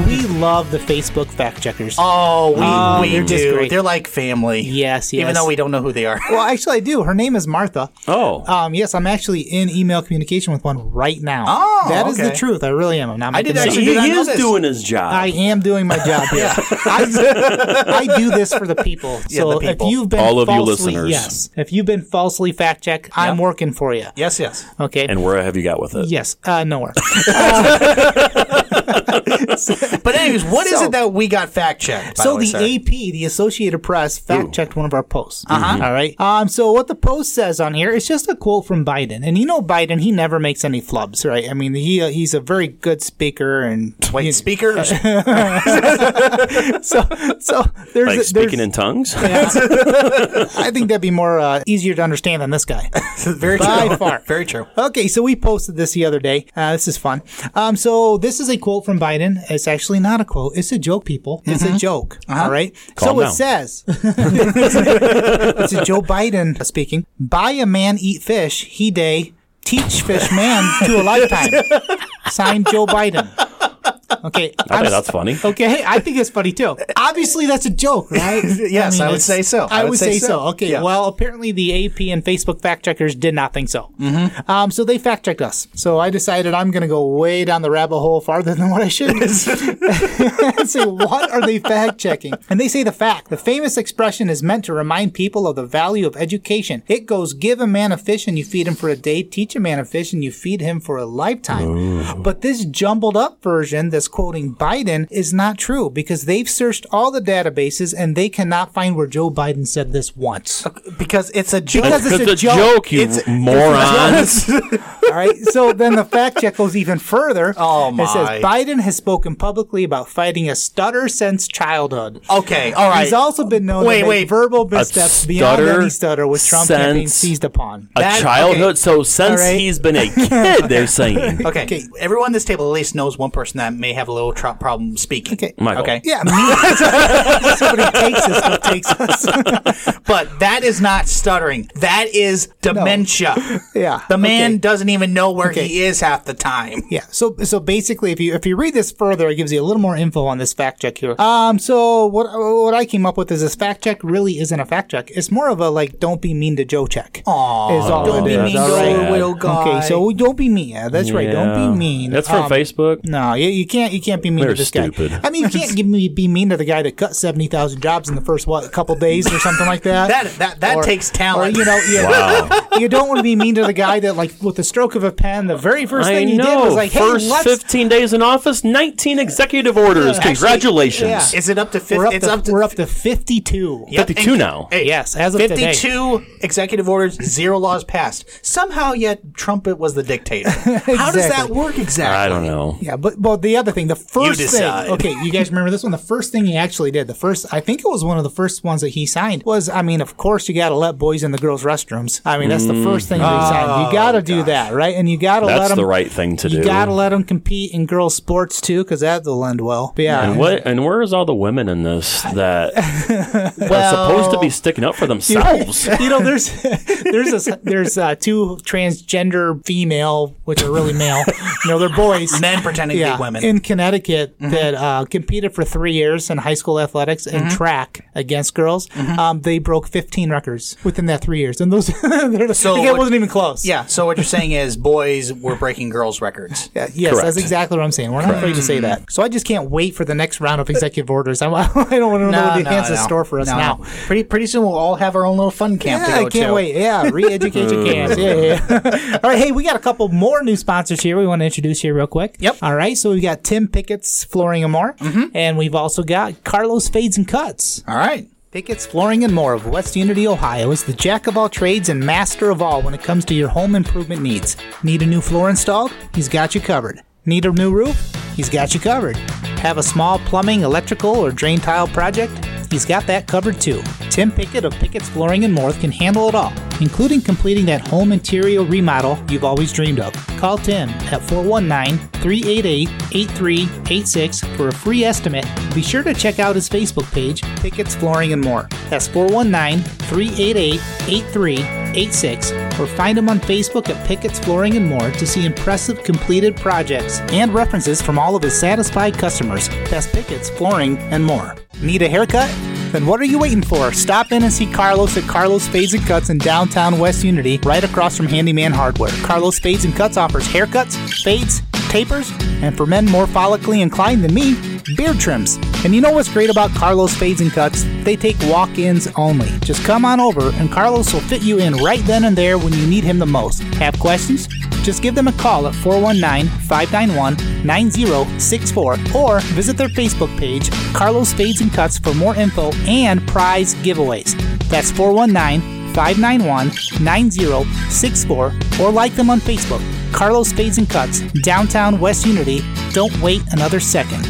Speaker 3: We love the Facebook fact checkers.
Speaker 1: oh, we,
Speaker 3: Oh,
Speaker 1: we
Speaker 3: they're just
Speaker 1: do.
Speaker 3: great.
Speaker 1: They're like family.
Speaker 3: Yes,
Speaker 1: Even
Speaker 3: yes.
Speaker 1: though we don't know who they are.
Speaker 3: well, actually, I do. Her name is Martha.
Speaker 4: Oh,
Speaker 3: Um, yes, I'm actually in email communication with one right now.
Speaker 1: Oh,
Speaker 3: that is the
Speaker 1: okay.
Speaker 3: truth. I really am. I'm not.
Speaker 1: I did
Speaker 3: making this
Speaker 1: actually
Speaker 3: up.
Speaker 1: did
Speaker 4: he,
Speaker 1: I
Speaker 4: he
Speaker 1: know
Speaker 4: is
Speaker 1: this?
Speaker 4: doing his job.
Speaker 3: I am doing my job. Yeah, I, I do this for the people.
Speaker 1: Yeah,
Speaker 3: So
Speaker 1: the people.
Speaker 3: if you've been
Speaker 4: All of you
Speaker 3: falsely,
Speaker 4: listeners.
Speaker 3: yes, if you've been falsely fact checked, I'm
Speaker 1: Yeah.
Speaker 3: working for you.
Speaker 1: yes, yes.
Speaker 3: Okay.
Speaker 4: and where have you got with it?
Speaker 3: yes. Uh, nowhere.
Speaker 1: But anyways, what is
Speaker 3: So-
Speaker 1: it that we got fact checked? by
Speaker 3: so
Speaker 1: way,
Speaker 3: the
Speaker 1: sir?
Speaker 3: AP, the Associated Press, fact checked one of our posts.
Speaker 4: Mm-hmm.
Speaker 3: Uh-huh. right. Um. So what the post says on here is just a quote from Biden, and you know Biden, he never makes any flubs, right? I mean, he uh, he's a very good speaker, and
Speaker 1: Wait,
Speaker 3: you-
Speaker 1: speaker?
Speaker 3: so so there's
Speaker 4: Like
Speaker 3: a- there's,
Speaker 4: speaking in tongues.
Speaker 3: I think that'd be more uh, easier to understand than this guy.
Speaker 1: Very true.
Speaker 3: By far.
Speaker 1: Very true.
Speaker 3: Okay, so we posted this the other day. Uh, this is fun. Um, so this is a quote from Biden. It's actually not a quote. It's a joke, people. It's a joke. All right.
Speaker 4: Mm-hmm. Uh-huh.
Speaker 3: so
Speaker 4: Calm
Speaker 3: it
Speaker 4: down.
Speaker 3: says, it's a Joe Biden speaking. Buy a man, eat fish. He day teach fish man to a lifetime. Signed Joe Biden. Okay.
Speaker 4: I bet that's funny.
Speaker 3: Okay, hey, I think it's funny too. Obviously, that's a joke, right?
Speaker 1: Yes, I would
Speaker 3: it's-
Speaker 1: say so.
Speaker 3: I, would, say, so. Okay,
Speaker 1: Yeah.
Speaker 3: well, apparently the AP and Facebook fact checkers did not think so. Mm-hmm. Um, so they fact checked us. So I decided I'm going to go way down the rabbit hole farther than what I should. and say, what are they fact checking? And they say the fact. The famous expression is meant to remind people of the value of education. It goes, give a man a fish and you feed him for a day, teach a man a fish and you feed him for a lifetime. But this jumbled up version that's quoting Biden is not true because they've searched all the databases and they cannot find where Joe Biden said this once.
Speaker 1: because it's a joke.
Speaker 3: Because
Speaker 4: It's a joke, you
Speaker 1: It's-
Speaker 4: morons.
Speaker 3: All right. So then the fact check goes even further.
Speaker 1: Oh,
Speaker 3: It
Speaker 1: my.
Speaker 3: says Biden has spoken publicly about fighting a stutter since childhood.
Speaker 1: okay, all right.
Speaker 3: He's also been known
Speaker 1: Wait,
Speaker 3: to make
Speaker 1: wait.
Speaker 3: verbal missteps beyond
Speaker 4: stutter
Speaker 3: any stutter which Trump campaign
Speaker 4: sense-
Speaker 3: seized upon.
Speaker 4: a
Speaker 1: That-
Speaker 4: childhood.
Speaker 1: okay.
Speaker 4: So since
Speaker 3: All right.
Speaker 4: he's been a kid, they're saying.
Speaker 1: okay. everyone at this table at least knows one person that may have a little tro- problem speaking.
Speaker 3: Okay.
Speaker 4: Michael.
Speaker 1: Okay.
Speaker 3: Yeah, me. Somebody takes us, but takes us.
Speaker 1: But that is not stuttering. That is dementia.
Speaker 3: Yeah,
Speaker 1: The man
Speaker 3: okay.
Speaker 1: doesn't even know where
Speaker 3: Okay.
Speaker 1: he is half the time.
Speaker 3: yeah. So so basically, if you if you read this further, it gives you a little more info on this fact check here. Um. So what what I came up with is this fact check really isn't a fact check. It's more of a like don't be mean to Joe check. Aww. Is all
Speaker 4: Don't
Speaker 3: it
Speaker 4: be
Speaker 3: is,
Speaker 4: mean
Speaker 3: all
Speaker 4: to
Speaker 3: right?
Speaker 4: old little
Speaker 3: Okay. So don't be mean. Yeah, that's right. Don't
Speaker 4: Yeah.
Speaker 3: be mean.
Speaker 4: That's from
Speaker 3: Um,
Speaker 4: Facebook.
Speaker 3: No, you, you can't. You can't be mean
Speaker 4: They're
Speaker 3: to this
Speaker 4: stupid.
Speaker 3: guy. I mean, you can't give me be mean to the guy that cut seventy thousand jobs in the first what couple days or something like that.
Speaker 1: That that that
Speaker 3: Or-
Speaker 1: takes talent.
Speaker 3: Or, you know, you,
Speaker 4: Wow.
Speaker 3: you don't want to be mean to the guy that, like, with the stroke of a pen, the very first
Speaker 4: I
Speaker 3: thing he did
Speaker 4: know.
Speaker 3: was like, "Hey,
Speaker 4: First
Speaker 3: let's."
Speaker 4: 15 days in office, 19 executive orders.
Speaker 3: actually,
Speaker 4: Congratulations.
Speaker 3: yeah.
Speaker 1: is it up to 50?
Speaker 3: we're up,
Speaker 1: it's
Speaker 3: to,
Speaker 1: up to
Speaker 3: we're up to fifty-two.
Speaker 1: Yep,
Speaker 4: 52
Speaker 1: and-
Speaker 4: now.
Speaker 1: hey,
Speaker 3: Yes, as of today.
Speaker 1: 52 executive orders, zero laws passed. Somehow yet Trumpet was the dictator. How does that
Speaker 3: Exactly.
Speaker 1: work exactly?
Speaker 4: I don't know.
Speaker 3: Yeah, but but the other thing, the first thing.
Speaker 1: decide.
Speaker 3: Okay, you guys remember this one? The first thing he actually did, the first, I think it was one of the first ones that he signed was, I mean, of course you got to let boys in the girls' restrooms. I mean, that's the first thing that he signed. You got to do that, right? And you got to let
Speaker 4: Mm. Ah. That's
Speaker 3: them.
Speaker 4: the right thing to
Speaker 3: you
Speaker 4: do.
Speaker 3: got to let them compete in girls' sports too, because that'll end well. But yeah.
Speaker 4: and what? And where is all the women in this that are supposed to be sticking up for themselves?
Speaker 3: you know, there's there's this, there's uh, two transgender female, which are really male. You know, they're boys.
Speaker 1: Men pretending to be women. Mm-hmm.
Speaker 3: in Connecticut that uh, competed for three years in high school athletics and
Speaker 1: Mm-hmm.
Speaker 3: track against girls. Um, they broke 15 records within that three years, and those they're the,
Speaker 1: So
Speaker 3: again, it
Speaker 1: what-
Speaker 3: wasn't even close.
Speaker 1: yeah, so what you're saying is boys were breaking girls' records.
Speaker 3: Yeah, yes,
Speaker 4: Correct.
Speaker 3: that's exactly what I'm saying. We're not afraid to say that. So I just can't wait for the next round of executive orders. I'm, I don't want to know
Speaker 1: No,
Speaker 3: what the
Speaker 1: no,
Speaker 3: hands in
Speaker 1: no.
Speaker 3: store for us
Speaker 1: No.
Speaker 3: now.
Speaker 1: Pretty pretty soon we'll all have our own little fun camp
Speaker 3: Yeah,
Speaker 1: to go Mm.
Speaker 3: I can't
Speaker 1: to.
Speaker 3: wait. Yeah, re-educate your kids. Yeah, yeah, yeah. All right, hey, we got a couple more new sponsors here. We want to introduce here real quick.
Speaker 1: Yep. Mm-hmm.
Speaker 3: All right, so we've got Tim Pickett's Flooring and More, and we've also got Carlos Fades and Cuts.
Speaker 1: All right.
Speaker 3: Pickett's Flooring and More of West Unity, Ohio is the jack of all trades and master of all when it comes to your home improvement needs. Need a new floor installed? He's got you covered. Need a new roof? He's got you covered. Have a small plumbing, electrical, or drain tile project? He's got that covered too. Tim Pickett of Pickett's Flooring and More can handle it all, including completing that home interior remodel you've always dreamed of. Call Tim at 419 388 8386 for a free estimate. Be sure to check out his Facebook page, Pickett's Flooring and More. That's 419 388 8386 or find him on Facebook at Pickett's Flooring and More to see impressive completed projects and references from all of his satisfied customers. That's Pickett's Flooring and More. Need a haircut? Then what are you waiting for? Stop in and see Carlos at Carlos Fades and Cuts in downtown West Unity, right across from Handyman Hardware. Carlos Fades and Cuts offers haircuts, fades, tapers, and for men more follically inclined than me, beard trims. And you know what's great about Carlos Fades and Cuts? They take walk ins only. Just come on over, and Carlos will fit you in right then and there when you need him the most. Have questions? Just give them a call at 419 591 9064 or visit their Facebook page, Carlos Fades and Cuts, for more info and prize giveaways. That's 419 591 9064 or like them on Facebook. Carlos Fades and Cuts, downtown West Unity. Don't wait another second.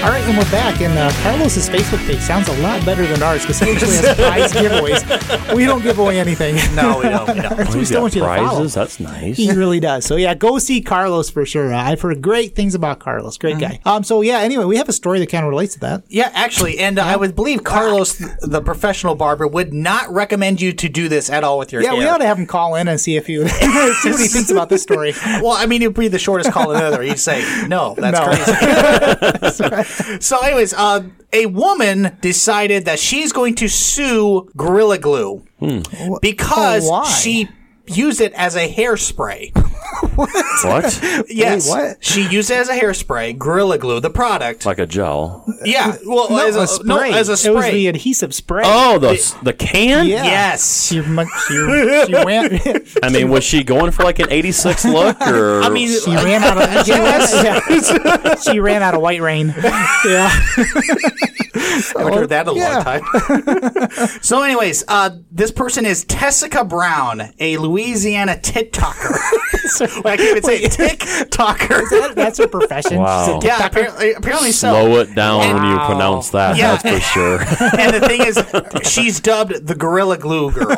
Speaker 3: All right, and we're back. And uh, Carlos's Facebook page sounds a lot better than ours because he actually has prize giveaways. We don't give away anything.
Speaker 1: No, we don't. We don't.
Speaker 3: we
Speaker 4: He's
Speaker 3: still
Speaker 4: got
Speaker 3: want you to follow.
Speaker 4: prizes. That's nice.
Speaker 3: He really does. So yeah, go see Carlos for sure. Uh, I've heard great things about Carlos. Great
Speaker 1: Mm-hmm.
Speaker 3: guy. Um. So yeah. Anyway, we have a story that kind of relates to that.
Speaker 1: Yeah, actually, and uh, I would believe Carlos, th- the professional barber, would not recommend you to do this at all with your
Speaker 3: Yeah,
Speaker 1: hair.
Speaker 3: we ought to have him call in and see if he see what he thinks about this story.
Speaker 1: Well, I mean, it'd be the shortest call in ever. He'd say, "No, that's
Speaker 3: No.
Speaker 1: crazy." so, anyways, uh, a woman decided that she's going to sue Gorilla Glue because
Speaker 3: Oh, Hmm. why?
Speaker 1: she used it as a hairspray.
Speaker 4: what?
Speaker 1: Yes,
Speaker 3: what?
Speaker 1: she used it as a hairspray. Gorilla Glue, the product.
Speaker 4: Like a gel.
Speaker 1: yeah, well, as a, no, as a spray.
Speaker 3: It was the adhesive spray.
Speaker 4: Oh, the the can.
Speaker 3: Yeah.
Speaker 1: yes.
Speaker 3: She, mu- she, she went. She
Speaker 4: I mean, was she going for like an '86 look? Or
Speaker 1: I mean, uh,
Speaker 3: ran out of. She, yeah. she ran out of white rain. Yeah.
Speaker 1: I haven't
Speaker 3: Oh,
Speaker 1: heard that in a long
Speaker 3: Yeah.
Speaker 1: time. so, anyways, uh, this person is Tessica Brown, a Louisiana TikToker. well, I can't even say TikToker.
Speaker 3: That's her profession.
Speaker 4: Wow.
Speaker 3: She's a
Speaker 1: Yeah, apparently, apparently so.
Speaker 4: slow it down when you
Speaker 3: Wow.
Speaker 4: pronounce that.
Speaker 1: Yeah.
Speaker 4: That's for sure.
Speaker 1: And the thing is, she's dubbed the Gorilla Glue Girl.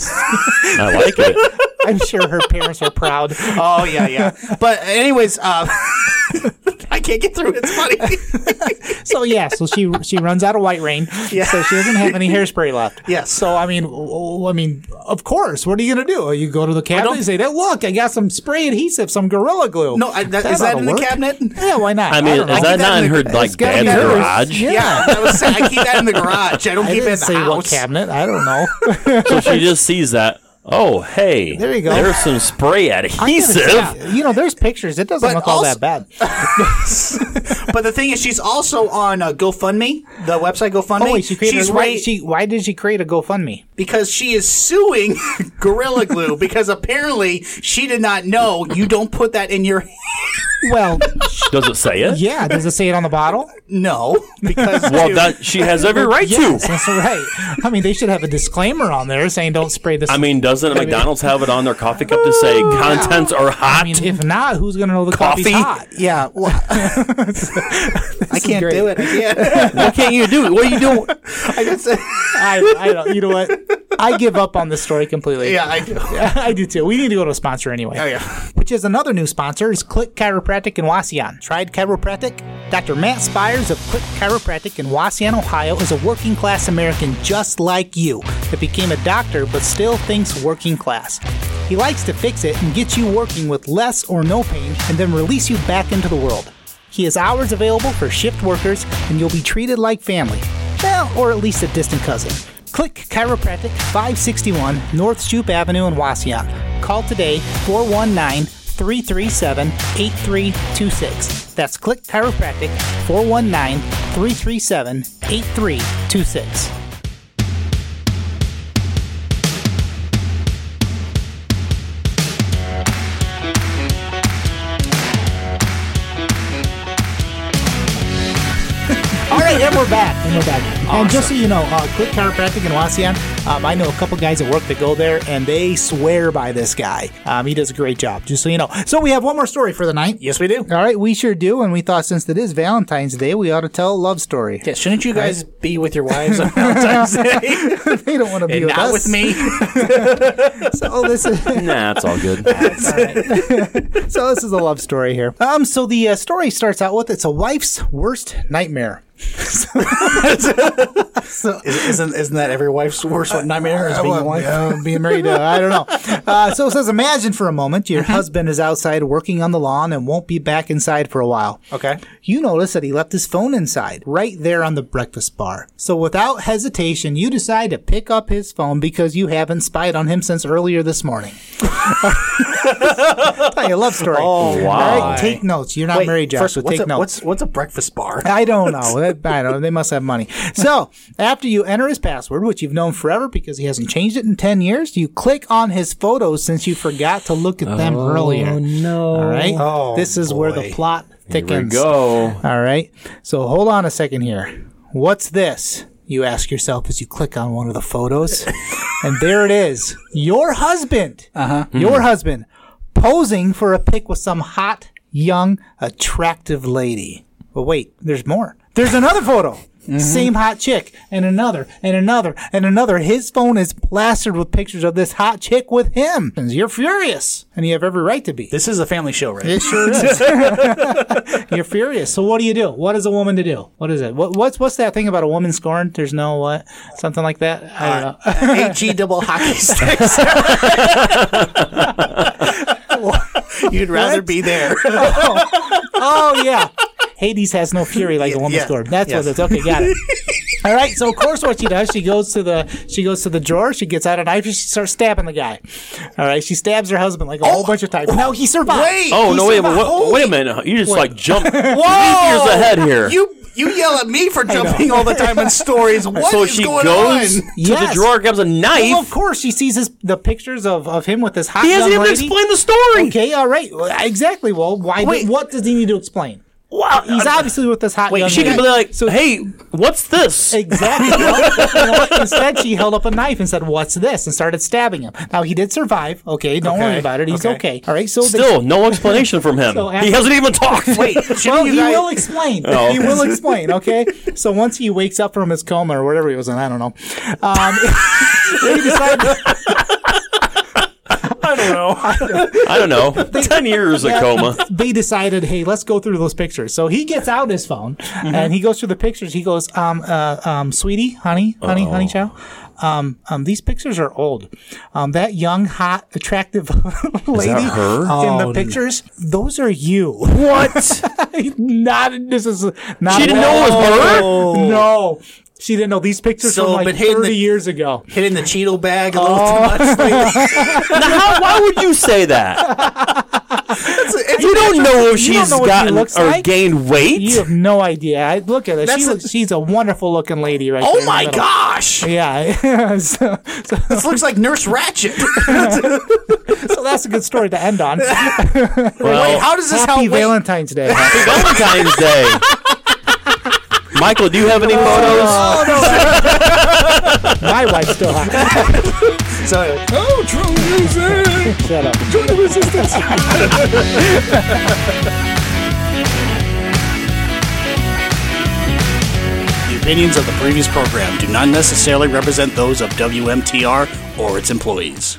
Speaker 4: I like it.
Speaker 3: I'm sure her parents are proud.
Speaker 1: Oh yeah, yeah. But anyways, uh, I can't get through. it. It's funny.
Speaker 3: So yeah, so she she runs out of white rain.
Speaker 1: Yeah.
Speaker 3: So she doesn't have any hairspray left.
Speaker 1: Yes.
Speaker 3: So I mean, w- w- I mean, of course. What are you gonna do? You go to the cabinet and say, "Hey, "Look, I got some spray adhesive, some gorilla glue."
Speaker 1: No, I, that,
Speaker 3: That
Speaker 1: is that
Speaker 3: oughta
Speaker 1: in the
Speaker 3: work.
Speaker 1: cabinet?
Speaker 3: Yeah, why not?
Speaker 4: I mean,
Speaker 3: don't
Speaker 4: is
Speaker 3: know.
Speaker 4: that not in her like
Speaker 3: gotta
Speaker 4: dad's
Speaker 3: be hers.
Speaker 4: garage?
Speaker 3: Yeah.
Speaker 1: Yeah, that was, I keep that in the garage. I don't
Speaker 3: I
Speaker 1: keep it in
Speaker 3: didn't
Speaker 1: the
Speaker 3: say
Speaker 1: house.
Speaker 3: what cabinet. I don't know.
Speaker 4: So she just sees that. Oh, hey.
Speaker 3: There you go.
Speaker 4: There's some spray
Speaker 3: Yeah,
Speaker 4: adhesive.
Speaker 3: you know, there's pictures. It doesn't
Speaker 1: But
Speaker 3: look all
Speaker 1: also-
Speaker 3: that bad.
Speaker 1: But the thing is, she's also on uh, GoFundMe, the website GoFundMe.
Speaker 3: Oh wait, she created.
Speaker 1: she's
Speaker 3: why,
Speaker 1: right
Speaker 3: she, why did she create a GoFundMe?
Speaker 1: because she is suing Gorilla Glue because apparently she did not know you don't put that in your
Speaker 3: Well,
Speaker 4: Does it say it?
Speaker 3: yeah. Does it say it on the bottle?
Speaker 1: no because
Speaker 4: Well,
Speaker 1: dude,
Speaker 4: that she has every right
Speaker 3: Yes,
Speaker 4: to.
Speaker 3: that's right. I mean, they should have a disclaimer on there saying, "Don't spray this."
Speaker 4: I mean, doesn't McDonald's have it on their coffee cup to say contents are hot?
Speaker 3: I mean, if not, who's gonna know the
Speaker 4: Coffee?
Speaker 3: coffee's hot?
Speaker 1: yeah well, I
Speaker 3: is
Speaker 1: can't
Speaker 3: great.
Speaker 1: do it I can't
Speaker 4: what can't you do? What are you doing?
Speaker 1: I just
Speaker 3: I, I don't. You know what? I give up on this story completely.
Speaker 1: yeah I do
Speaker 3: I do too. We need to go to a sponsor anyway.
Speaker 1: oh yeah
Speaker 3: Which is another new sponsor is Click Chiropractic in Wasion. Tried Chiropractic? Dr. Matt Spires of Click Chiropractic in Wasion, Ohio is a working class American just like you that became a doctor but still thinks working class. He likes to fix it and get you working with less or no pain and then release you back into the world. He has hours available for shift workers and you'll be treated like family. Well, or at least a distant cousin. Click Chiropractic 561 North Shoop Avenue in Wasion. Call today 419 337 8326. That's Click Chiropractic 419 337 8326. All right, and we're back. And we're back. And just so you know, uh, Click Chiropractic in Wasion, um, I know a couple guys at work that go there, and they swear by this guy. Um, he does a great job. Just so you know. So we have one more story for the night.
Speaker 1: yes we do
Speaker 3: All right, we sure do. And we thought since it is Valentine's Day, we ought to tell a love story.
Speaker 1: yeah shouldn't you guys be with your wives on Valentine's Day
Speaker 3: they don't want to be
Speaker 1: and
Speaker 3: with
Speaker 1: not
Speaker 3: us.
Speaker 1: with me
Speaker 3: So this is.
Speaker 4: Nah, it's all good.
Speaker 3: so this is a love story here. Um, so the uh, story starts out with it's a wife's worst nightmare.
Speaker 1: isn't isn't that every wife's worst nightmare is being a wife
Speaker 3: Uh, being married, uh, I don't know. Uh, so it says, imagine for a moment your
Speaker 1: Uh-huh.
Speaker 3: husband is outside working on the lawn and won't be back inside for a while.
Speaker 1: okay
Speaker 3: You notice that he left his phone inside, right there on the breakfast bar. So without hesitation, you decide to pick up his phone because you haven't spied on him since earlier this morning. Tell you a love story. Oh,
Speaker 4: wow.
Speaker 3: take notes. You're not married, Josh,
Speaker 1: first
Speaker 3: so
Speaker 1: what's
Speaker 3: take
Speaker 1: a,
Speaker 3: notes.
Speaker 1: what's what's a breakfast bar
Speaker 3: I don't know. That- I don't know. They must have money. So after you enter his password, which you've known forever because he hasn't changed it in ten years, you click on his photos since you forgot to look at them earlier.
Speaker 4: no.
Speaker 3: All right.
Speaker 1: Oh,
Speaker 3: this is where the
Speaker 1: boy.
Speaker 3: plot thickens.
Speaker 4: Here we go.
Speaker 3: All right. So hold on a second here. What's this? You ask yourself as you click on one of the photos. and there it is. Your husband. Uh-huh. Your husband posing for a pic with some hot, young, attractive lady. But wait, there's more. There's another photo. Same hot chick, and another, and another, and another. His phone is plastered with pictures of this hot chick with him. And you're furious, and you have every right to be.
Speaker 1: This is a family show, right?
Speaker 3: It sure is. You're furious. So what do you do? What is a woman to do? What is it? What, what's what's that thing about a woman scorned? There's no what something like that. I don't know.
Speaker 1: AG double hockey sticks. You'd rather
Speaker 3: What?
Speaker 1: be there.
Speaker 3: oh yeah. Hades has no fury like a woman
Speaker 1: yeah,
Speaker 3: scorned. That's
Speaker 1: yes.
Speaker 3: what it's okay, got it. All right, so of course what she does, she goes to the she goes to the drawer, she gets out a knife, and she starts stabbing the guy. All right, she stabs her husband like a whole bunch of times. No, he survived.
Speaker 1: Wait.
Speaker 4: Oh
Speaker 3: He
Speaker 4: no! Wait,
Speaker 3: survived.
Speaker 4: wait, wait a minute! You just like jump leap years ahead here.
Speaker 1: You you yell at me for jumping all the time in stories. What is
Speaker 4: so she
Speaker 1: going
Speaker 4: goes
Speaker 1: on?
Speaker 4: to
Speaker 3: Yes.
Speaker 4: the drawer, grabs a knife.
Speaker 3: Well, of course, she sees his, the pictures of, of him with this hot
Speaker 4: he hasn't
Speaker 3: young
Speaker 4: even
Speaker 3: lady.
Speaker 4: explained the story.
Speaker 3: Okay, all right, Well, exactly. Well, why?
Speaker 1: Wait.
Speaker 3: Did, what does he need to explain?
Speaker 4: Wow,
Speaker 3: He's obviously with this hot young
Speaker 4: Uh, Wait, she
Speaker 3: lady.
Speaker 4: could be like, "Hey, what's this?"
Speaker 3: Exactly. Well, you know what? Instead, she held up a knife and said, "What's this?" and started stabbing him. Now he did survive. Okay, don't
Speaker 1: Okay,
Speaker 3: worry about it. He's
Speaker 1: okay.
Speaker 3: okay. All right. So they-
Speaker 4: Still, no explanation from him.
Speaker 3: So after-
Speaker 4: he hasn't even talked.
Speaker 1: Wait, shouldn't
Speaker 3: well,
Speaker 1: you
Speaker 3: he
Speaker 1: guys- Oh,
Speaker 3: will explain. He will explain. Okay. So once he wakes up from his coma or whatever he was in, I don't know. Um, they decide.
Speaker 4: I don't know. I don't know. Ten years of coma.
Speaker 3: they decided, hey, let's go through those pictures. So he gets out his phone and he goes through the pictures. He goes, um, uh, um, sweetie, honey, honey, honey, chow. Um, um, these pictures are old. Um, that young, hot, attractive lady
Speaker 4: her?
Speaker 3: in the pictures, those are you.
Speaker 4: What?
Speaker 3: not this is not.
Speaker 4: She didn't know it was
Speaker 3: her. No, she didn't know these pictures
Speaker 1: So,
Speaker 3: from like
Speaker 1: but hidden
Speaker 3: thirty
Speaker 1: the-
Speaker 3: years ago.
Speaker 1: hitting the Cheeto bag a little too much?
Speaker 4: now, how, why would you say that?
Speaker 1: It's-
Speaker 4: You don't know if
Speaker 3: You don't
Speaker 4: she's
Speaker 3: know what she
Speaker 4: gotten
Speaker 3: looks
Speaker 4: or
Speaker 3: like?
Speaker 4: gained weight.
Speaker 3: You have no idea. I look at her.
Speaker 1: That's
Speaker 3: She
Speaker 1: a-
Speaker 3: looks, she's a wonderful looking lady, right? there
Speaker 1: oh
Speaker 3: in the
Speaker 1: my
Speaker 3: middle.
Speaker 1: gosh!
Speaker 3: Yeah. so, so,
Speaker 1: This looks like Nurse Ratchet.
Speaker 3: so that's a good story to end on.
Speaker 4: well, Oh.
Speaker 1: Wait, how does this
Speaker 3: Happy
Speaker 1: help? Wait,
Speaker 3: Valentine's Day.
Speaker 4: happy Valentine's Day. Michael, do you have any photos?
Speaker 1: Oh,
Speaker 3: My wife's still hot.
Speaker 1: so
Speaker 3: Oh, true music. Shut up. Join the resistance.
Speaker 1: The opinions of the previous program do not necessarily represent those of WMTR or its employees.